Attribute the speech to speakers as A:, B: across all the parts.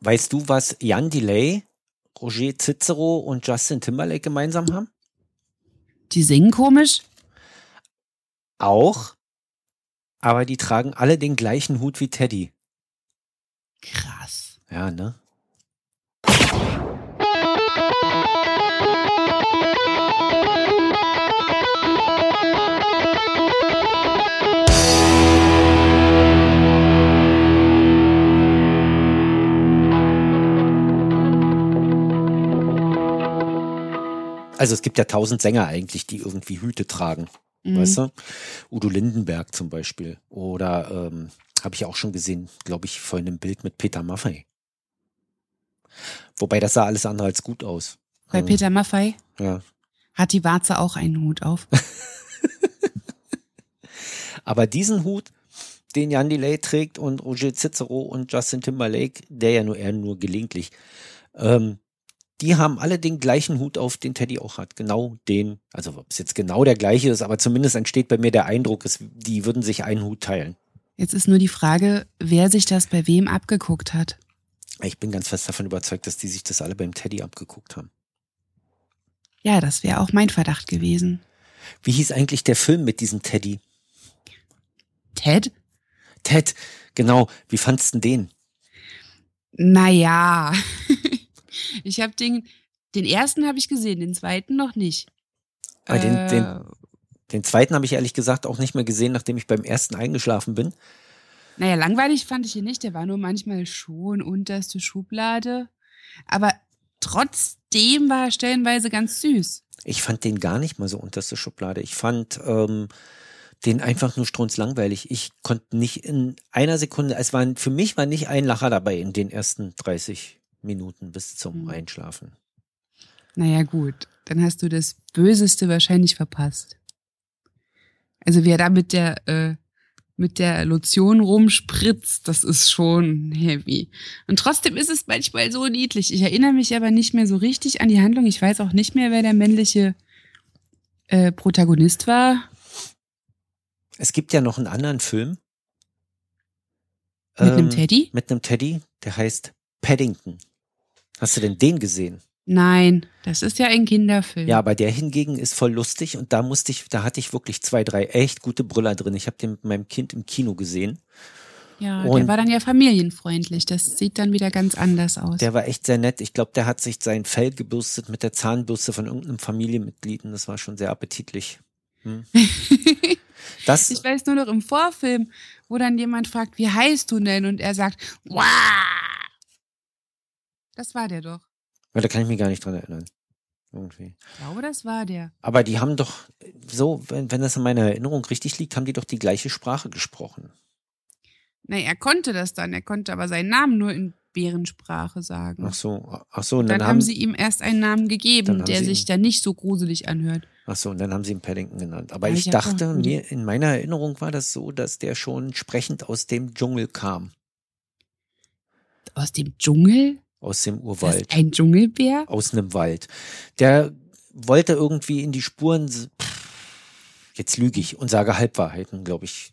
A: Weißt du, was Jan Delay, Roger Cicero und Justin Timberlake gemeinsam haben?
B: Die singen komisch?
A: Auch, aber die tragen alle den gleichen Hut wie Teddy.
B: Krass.
A: Ja, ne? Also es gibt ja tausend Sänger eigentlich, die irgendwie Hüte tragen,
B: Mhm.
A: weißt du? Udo Lindenberg zum Beispiel. Oder ähm, habe ich auch schon gesehen, glaube ich, vorhin im Bild mit Peter Maffay. Wobei das sah alles andere als gut aus.
B: Bei
A: Mhm.
B: Peter Maffei
A: Ja.
B: hat die Warze auch einen Hut auf.
A: Aber diesen Hut, den Jan Delay trägt und Roger Cicero und Justin Timberlake, der ja nur eher nur gelegentlich, ähm, die haben alle den gleichen Hut auf, den Teddy auch hat. Genau den, also ob es jetzt genau der gleiche ist, aber zumindest entsteht bei mir der Eindruck, es, die würden sich einen Hut teilen.
B: Jetzt ist nur die Frage, wer sich das bei wem abgeguckt hat.
A: Ich bin ganz fest davon überzeugt, dass die sich das alle beim Teddy abgeguckt haben.
B: Ja, das wäre auch mein Verdacht gewesen.
A: Wie hieß eigentlich der Film mit diesem Teddy?
B: Ted?
A: Ted, genau. Wie fandst du den?
B: Naja. ich habe den, den ersten habe ich gesehen, den zweiten noch nicht.
A: Ah, den-
B: Äh.
A: den- Den zweiten habe ich ehrlich gesagt auch nicht mehr gesehen, nachdem ich beim ersten eingeschlafen bin.
B: Naja, langweilig fand ich ihn nicht. Der war nur manchmal schon unterste Schublade. Aber trotzdem war er stellenweise ganz süß.
A: Ich fand den gar nicht mal so unterste Schublade. Ich fand ähm, den einfach nur strunzlangweilig. Ich konnte nicht in einer Sekunde, es waren, für mich war nicht ein Lacher dabei in den ersten 30 Minuten bis zum
B: Mhm.
A: Einschlafen.
B: Naja, gut. Dann hast du das Böseste wahrscheinlich verpasst. Also, wer da mit der, äh, mit der Lotion rumspritzt, das ist schon heavy. Und trotzdem ist es manchmal so niedlich. Ich erinnere mich aber nicht mehr so richtig an die Handlung. Ich weiß auch nicht mehr, wer der männliche äh, Protagonist war.
A: Es gibt ja noch einen anderen Film.
B: Mit einem
A: ähm,
B: Teddy?
A: Mit einem Teddy, der heißt Paddington. Hast du denn den gesehen?
B: Nein, das ist ja ein Kinderfilm.
A: Ja, aber der hingegen ist voll lustig und da musste ich, da hatte ich wirklich zwei, drei echt gute Brüller drin. Ich habe den mit meinem Kind im Kino gesehen.
B: Ja,
A: Und-
B: der war dann ja familienfreundlich. Das sieht dann wieder ganz anders aus.
A: Der war echt sehr nett. Ich glaube, der hat sich sein Fell gebürstet mit der Zahnbürste von irgendeinem Familienmitglied und das war schon sehr appetitlich. Hm. Das,
B: ich weiß nur noch im Vorfilm, wo dann jemand fragt, wie heißt du denn? Und er sagt, Wah! Das war der doch.
A: weil da kann ich mich gar nicht dran erinnern. Irgendwie.
B: Ich glaube, das war der.
A: Aber die haben doch so, wenn, wenn das in meiner Erinnerung richtig liegt, haben die doch die gleiche Sprache gesprochen.
B: Nein, er konnte das dann. Er konnte aber seinen Namen nur in Bärensprache sagen.
A: Ach so, ach so, und
B: dann,
A: dann,
B: haben sie ihm erst einen Namen
A: Dann
B: gegeben,
A: haben
B: der
A: sie
B: sich
A: ihn-
B: dann nicht so gruselig anhört.
A: ach so, und dann haben sie ihn Paddington genannt. Aber
B: Ja, Mhm.
A: ich
B: ich hab
A: dachte,
B: doch-
A: mir, in meiner Erinnerung war das so, dass der schon sprechend aus dem Dschungel kam,
B: Aus dem Dschungel?
A: aus dem
B: Das
A: Urwald.
B: ist ein Dschungelbär?
A: aus einem Wald. Der wollte irgendwie in die Spuren, s- jetzt lüge ich und sage Halbwahrheiten, glaube ich.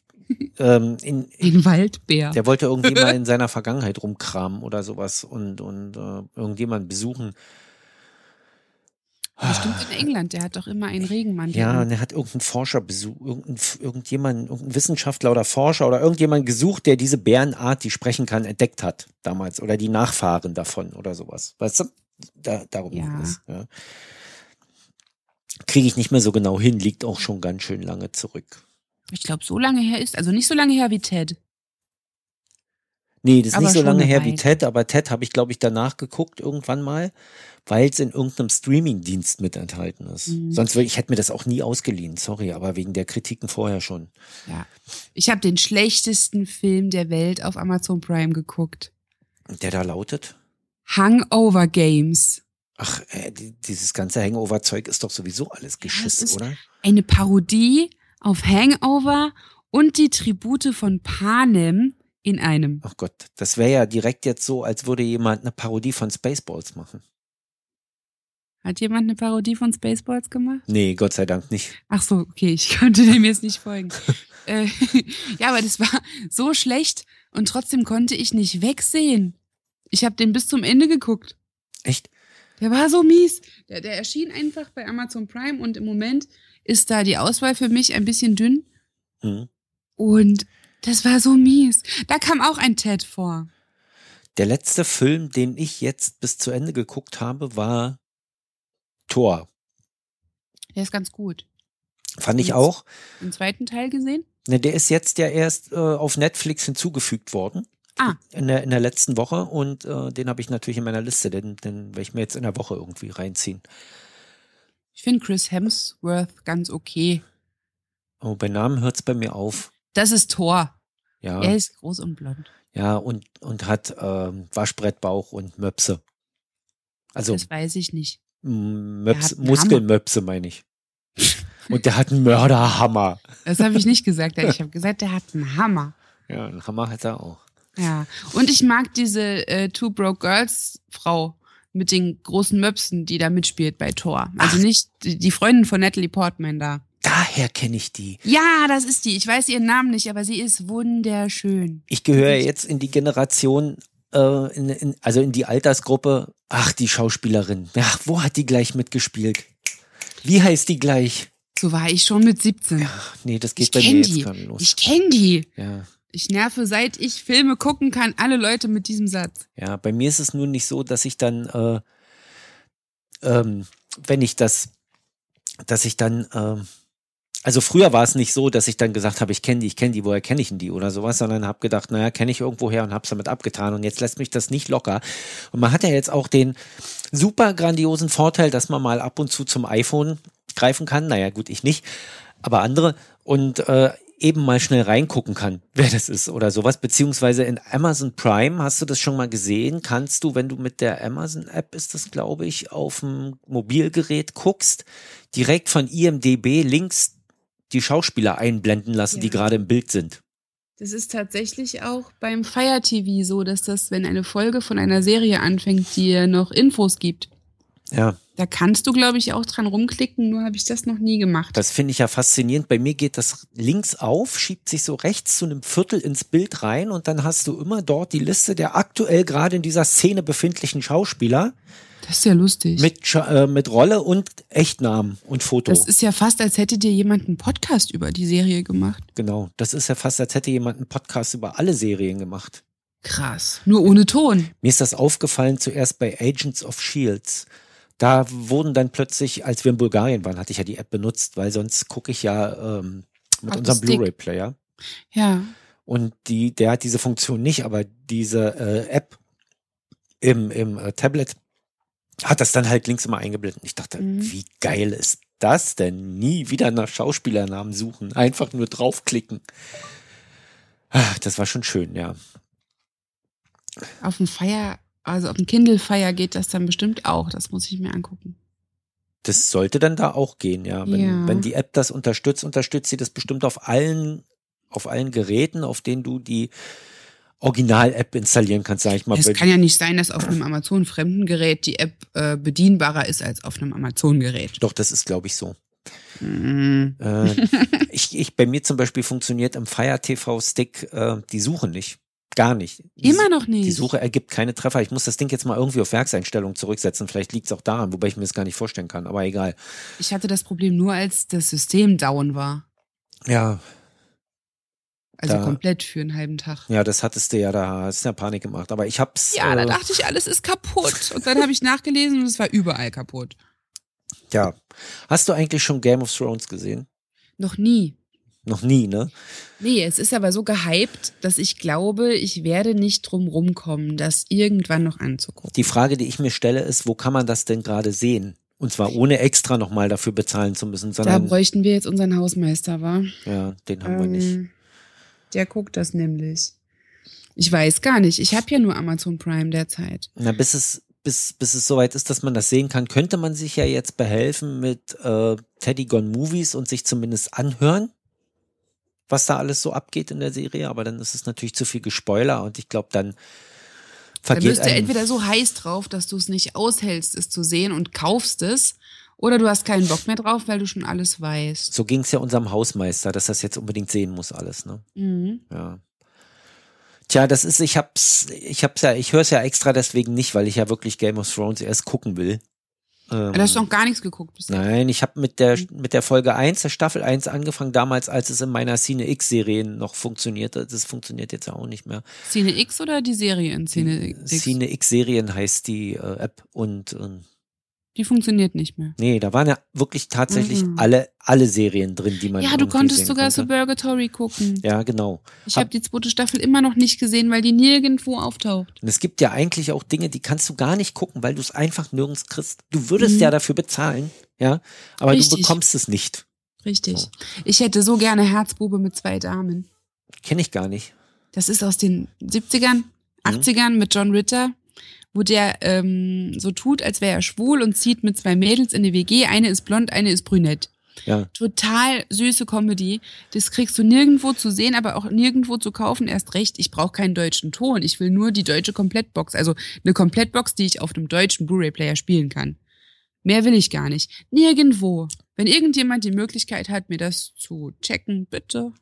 A: ähm, in,
B: Ein Waldbär.
A: der wollte irgendwie mal in seiner Vergangenheit rumkramen oder sowas und, und äh, irgendjemanden besuchen.
B: Bestimmt in England. Der hat doch immer einen Regenmantel.
A: Ja, ne.
B: an.
A: und er hat irgendeinen Forscher besucht, irgendeinen, irgendjemanden, irgendeinen Wissenschaftler oder Forscher oder irgendjemanden gesucht, der diese Bärenart, die sprechen kann, entdeckt hat damals oder die Nachfahren davon oder sowas. Weißt du? Da, darum
B: Ja.
A: ging es. Ja. Kriege ich nicht mehr so genau hin, liegt auch schon ganz schön lange zurück.
B: Ich glaube, so lange her ist, also nicht so lange her wie Ted.
A: Nee, das ist
B: Aber
A: nicht so
B: schon
A: lange
B: eine
A: her wie
B: Weile.
A: Ted, aber Ted habe ich, glaube ich, danach geguckt irgendwann mal, weil es in irgendeinem Streaming-Dienst mit enthalten ist.
B: Mhm.
A: Sonst würde ich hätte mir das auch nie ausgeliehen, sorry, aber wegen der Kritiken vorher schon.
B: Ja. Ich habe den schlechtesten Film der Welt auf Amazon Prime geguckt.
A: Der da lautet?
B: Hangover Games.
A: Ach, äh, die- dieses ganze Hangover-Zeug ist doch sowieso alles Geschiss,
B: ist-
A: oder?
B: Eine Parodie auf Hangover und die Tribute von Panem in einem.
A: Ach Gott, das wäre ja direkt jetzt so, als würde jemand eine Parodie von Spaceballs machen.
B: Hat jemand eine Parodie von Spaceballs gemacht?
A: Nee, Gott sei Dank nicht.
B: Ach so, okay, ich konnte dem jetzt nicht folgen. äh, ja, aber das war so schlecht und trotzdem konnte ich nicht wegsehen. Ich habe den bis zum Ende geguckt.
A: Echt?
B: Der war so mies. Der, der erschien einfach bei Amazon Prime und im Moment ist da die Auswahl für mich ein bisschen dünn.
A: Mhm.
B: Und das war so mies. Da kam auch ein Ted vor.
A: Der letzte Film, den ich jetzt bis zu Ende geguckt habe, war Thor.
B: Der ist ganz gut.
A: Fand ich
B: Mhm.
A: auch.
B: Den zweiten Teil gesehen?
A: Ne, der ist jetzt ja erst äh, auf Netflix hinzugefügt worden.
B: Ah.
A: In der, in der letzten Woche und äh, den habe ich natürlich in meiner Liste, denn den werde ich mir jetzt in der Woche irgendwie reinziehen.
B: Ich finde Chris Hemsworth ganz okay.
A: Oh, bei Namen hört es bei mir auf.
B: Das ist Thor.
A: Ja,
B: Er ist groß und blond.
A: ja und, und hat ähm, Waschbrettbauch und Möpse. Also
B: Das weiß ich nicht.
A: m,
B: Der
A: Möps,
B: hat einen
A: Muskelmöpse meine ich. und der hat einen Mörderhammer.
B: Das habe ich nicht gesagt. Ich habe gesagt, der hat einen Hammer.
A: Ja, einen Hammer hat er auch.
B: Ja. Und ich mag diese äh, Two Broke Girls Frau mit den großen Möpsen, die da mitspielt bei Thor. Also nicht die, die Freundin von Natalie Portman da.
A: Daher kenne ich die.
B: Ja, das ist die. Ich weiß ihren Namen nicht, aber sie ist wunderschön.
A: ich gehöre
B: Ich-
A: jetzt in die Generation, äh, in, in, also in die Altersgruppe, ach, die Schauspielerin. Ach, wo hat die gleich mitgespielt? Wie heißt die gleich?
B: So war ich schon mit 17.
A: Ach, nee, das geht
B: Ich
A: bei
B: kenn
A: mir
B: die.
A: jetzt gerade los.
B: Ich kenne die.
A: ja.
B: Ich nerve, seit ich Filme gucken kann, alle Leute mit diesem Satz.
A: ja, bei mir ist es nun nicht so, dass ich dann, äh, ähm, wenn ich das, dass ich dann, ähm, also früher war es nicht so, dass ich dann gesagt habe, ich kenne die, ich kenne die, woher kenne ich denn die oder sowas, sondern habe gedacht, naja, kenne ich irgendwoher und habe es damit abgetan und jetzt lässt mich das nicht locker. Und man hat ja jetzt auch den super grandiosen Vorteil, dass man mal ab und zu zum iPhone greifen kann. Naja, gut, ich nicht, aber andere und äh, eben mal schnell reingucken kann, wer das ist oder sowas. Beziehungsweise in Amazon Prime, hast du das schon mal gesehen, kannst du, wenn du mit der Amazon-App ist das, glaube ich, auf dem Mobilgerät guckst, direkt von IMDB links die Schauspieler einblenden lassen,
B: Ja.
A: die gerade im Bild sind.
B: Das ist tatsächlich auch beim Fire TV so, dass das, wenn eine Folge von einer Serie anfängt, dir noch Infos gibt.
A: Ja.
B: Da kannst du, glaube ich, auch dran rumklicken, nur habe ich das noch nie gemacht.
A: Das finde ich ja faszinierend. Bei mir geht das links auf, schiebt sich so rechts zu einem Viertel ins Bild rein und dann hast du immer dort die Liste der aktuell gerade in dieser Szene befindlichen Schauspieler
B: Das ist ja lustig.
A: mit, Scha- äh, mit Rolle und Echtnamen und Foto.
B: das ist ja fast, als hätte dir jemand einen Podcast über die Serie gemacht.
A: genau. Das ist ja fast, als hätte jemand einen Podcast über alle Serien gemacht.
B: Krass. Nur ohne Ton.
A: Mir ist das aufgefallen zuerst bei Agents of Shields. Da wurden dann plötzlich, als wir in Bulgarien waren, hatte ich ja die App benutzt, weil sonst gucke ich ja ähm, mit
B: Auf
A: unserem
B: das Stick.
A: Blu-ray-Player.
B: Ja.
A: Und die, der hat diese Funktion nicht, aber diese äh, App im, im äh, Tablet hat das dann halt links immer eingeblendet. Ich dachte,
B: Mhm.
A: wie geil ist das denn? Nie wieder nach Schauspielernamen suchen, einfach nur draufklicken. Ah, Das war schon schön, ja.
B: Auf dem Fire, also auf dem Kindle Fire geht das dann bestimmt auch. Das muss ich mir angucken.
A: Das sollte dann da auch gehen, ja. Wenn,
B: Ja.
A: wenn die App das unterstützt, unterstützt sie das bestimmt auf allen, auf allen Geräten, auf denen du die Original-App installieren kannst, sag ich mal.
B: Es
A: Bei-
B: kann ja nicht sein, dass auf einem Amazon-fremden Gerät die App äh, bedienbarer ist als auf einem Amazon-Gerät.
A: Doch, das ist, glaube ich, so.
B: Mhm.
A: Äh, ich, ich, bei mir zum Beispiel funktioniert im Fire TV Stick äh, die Suche nicht. Gar nicht. Die,
B: Immer noch nicht.
A: die Suche ergibt keine Treffer. Ich muss das Ding jetzt mal irgendwie auf Werkseinstellungen zurücksetzen. Vielleicht liegt es auch daran, wobei ich mir das gar nicht vorstellen kann, aber egal.
B: Ich hatte das Problem nur, als das System down war.
A: Ja.
B: Also
A: Da-
B: komplett für einen halben Tag.
A: Ja, das hattest du ja, da hast du ja Panik gemacht. Aber ich hab's.
B: Ja, da
A: äh,
B: dachte ich, alles ist kaputt. Und dann habe ich nachgelesen und es war überall kaputt.
A: ja. Hast du eigentlich schon Game of Thrones gesehen?
B: Noch nie.
A: Noch nie, ne?
B: Nee, es ist aber so gehypt, dass ich glaube, ich werde nicht drum rumkommen, das irgendwann noch anzugucken.
A: Die Frage, die ich mir stelle, ist, wo kann man das denn gerade sehen? Und zwar ohne extra nochmal dafür bezahlen zu müssen,
B: Da
A: sondern.
B: bräuchten wir jetzt unseren Hausmeister, wa?
A: ja, den haben wir nicht.
B: Ähm, Der guckt das nämlich. Ich weiß gar nicht. Ich habe ja nur Amazon Prime derzeit.
A: Na, bis es, bis, bis es soweit ist, dass man das sehen kann, könnte man sich ja jetzt behelfen mit äh, Teddy Gone Movies und sich zumindest anhören, was da alles so abgeht in der Serie. Aber dann ist es natürlich zu viel Gespoiler und ich glaube, dann
B: Da
A: vergeht
B: bist du
A: einem-
B: entweder so heiß drauf, dass du es nicht aushältst, es zu sehen und kaufst es, oder du hast keinen Bock mehr drauf, weil du schon alles weißt.
A: So ging es ja unserem Hausmeister, dass das jetzt unbedingt sehen muss alles, ne?
B: Mhm.
A: Ja. Tja, das ist, ich hab's, ich hab's ja, ich höre es ja extra deswegen nicht, weil ich ja wirklich Game of Thrones erst gucken will. Ähm,
B: Du hast noch gar nichts geguckt bisher.
A: Nein, ich habe mit der,
B: Hm.
A: mit der Folge 1, der Staffel 1 angefangen, damals, als es in meiner Szene X-Serie noch funktionierte. Das funktioniert jetzt ja auch nicht mehr.
B: Szene X oder die Serie in Szene X?
A: Szene X-Serien heißt die äh, App und ähm,
B: Die funktioniert nicht mehr.
A: nee, da waren ja wirklich tatsächlich
B: Mhm.
A: alle, alle Serien drin, die man
B: Ja, du
A: irgendwie
B: konntest
A: sehen
B: sogar
A: konnte.
B: Suburgatory gucken.
A: Ja, genau.
B: Ich habe die zweite Staffel immer noch nicht gesehen, weil die nirgendwo auftaucht.
A: Und es gibt ja eigentlich auch Dinge, die kannst du gar nicht gucken, weil du es einfach nirgends kriegst. Du würdest
B: Mhm.
A: ja dafür bezahlen, ja, aber du
B: Richtig.
A: bekommst es nicht.
B: Richtig. Ich hätte so gerne Herzbube mit zwei Damen.
A: Kenne ich gar nicht.
B: Das ist aus den 70ern, 80ern mit John Ritter, wo der ähm, so tut, als wäre er schwul und zieht mit zwei Mädels in eine WG. Eine ist blond, eine ist brünett.
A: Ja,
B: Total süße Comedy. Das kriegst du nirgendwo zu sehen, aber auch nirgendwo zu kaufen. Erst recht, ich brauche keinen deutschen Ton. Ich will nur die deutsche Komplettbox. Also eine Komplettbox, die ich auf einem deutschen Blu-ray-Player spielen kann. Mehr will ich gar nicht. Nirgendwo. Wenn irgendjemand die Möglichkeit hat, mir das zu checken, bitte.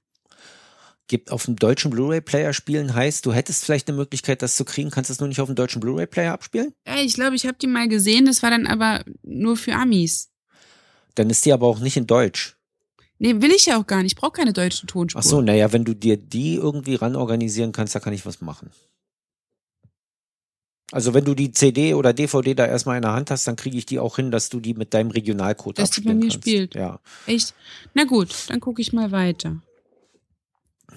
A: gibt auf dem deutschen Blu-ray-Player spielen heißt, du hättest vielleicht eine Möglichkeit, das zu kriegen, kannst es nur nicht auf dem deutschen Blu-ray-Player abspielen.
B: Ja, ich glaube, ich habe die mal gesehen, das war dann aber nur für Amis.
A: Dann ist die aber auch nicht in Deutsch.
B: Nee, will ich ja auch gar nicht. Ich brauche keine deutschen Tonspuren.
A: Ach so, naja, wenn du dir die irgendwie ran organisieren kannst, da kann ich was machen. Also wenn du die CD oder DVD da erstmal in der Hand hast, dann kriege ich die auch hin, dass du die mit deinem Regionalcode
B: Dass die bei
A: abspielen
B: mir
A: kannst.
B: spielt.
A: Ja.
B: Echt? Na gut, dann gucke ich mal weiter.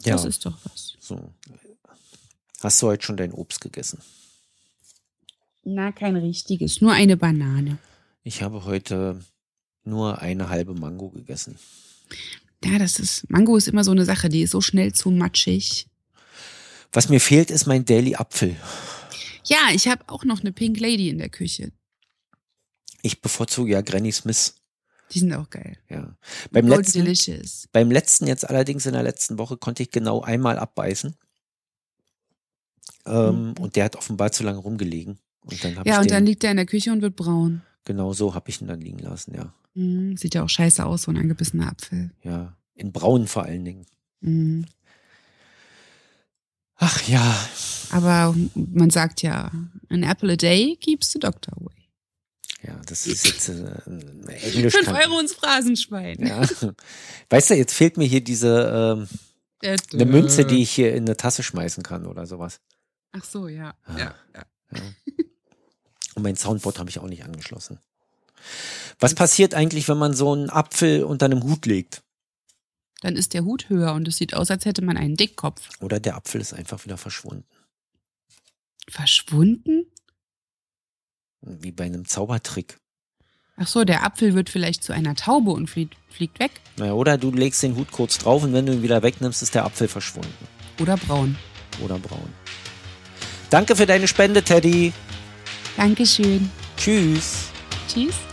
A: ja.
B: Das ist doch was.
A: So. Hast du heute schon dein Obst gegessen?
B: Na, kein richtiges, nur eine Banane.
A: Ich habe heute nur eine halbe Mango gegessen.
B: Ja, das ist. Mango ist immer so eine Sache, die ist so schnell zu matschig.
A: Was mir fehlt, ist mein Daily Apfel.
B: Ja, ich habe auch noch eine Pink Lady in der Küche.
A: Ich bevorzuge ja Granny Smith.
B: Die sind auch geil.
A: Ja. Beim,
B: Gold
A: letzten,
B: Delicious.
A: beim letzten, jetzt allerdings in der letzten Woche, konnte ich genau einmal abbeißen. Ähm,
B: Mhm.
A: Und der hat offenbar zu lange rumgelegen. Und dann habe
B: Ja,
A: ich
B: und
A: den,
B: dann liegt er in der Küche und wird braun.
A: genau so habe ich ihn dann liegen lassen, ja.
B: Mhm, sieht ja auch scheiße aus, so ein angebissener Apfel.
A: Ja. In Braun vor allen Dingen.
B: Mhm.
A: Ach ja,
B: Aber man sagt ja, an apple a day keeps the doctor away.
A: ja, das ist jetzt äh, eine Englisch.
B: 5 Euro ins Phrasenschwein.
A: Ja. Weißt du, jetzt fehlt mir hier diese ähm,
B: Äh,
A: eine Münze, die ich hier in eine Tasse schmeißen kann oder sowas.
B: Ach so, ja.
A: Ah.
B: ja, ja.
A: Und mein Soundboard habe ich auch nicht angeschlossen. Was passiert eigentlich, wenn man so einen Apfel unter einem Hut legt?
B: Dann ist der Hut höher und es sieht aus, als hätte man einen Dickkopf.
A: Oder der Apfel ist einfach wieder verschwunden.
B: Verschwunden?
A: Wie bei einem Zaubertrick.
B: Ach so, der Apfel wird vielleicht zu einer Taube und fliegt, fliegt weg.
A: Naja, oder du legst den Hut kurz drauf und wenn du ihn wieder wegnimmst, ist der Apfel verschwunden.
B: Oder braun.
A: Oder braun. Danke für deine Spende, Teddy.
B: Dankeschön.
A: Tschüss.
B: Tschüss.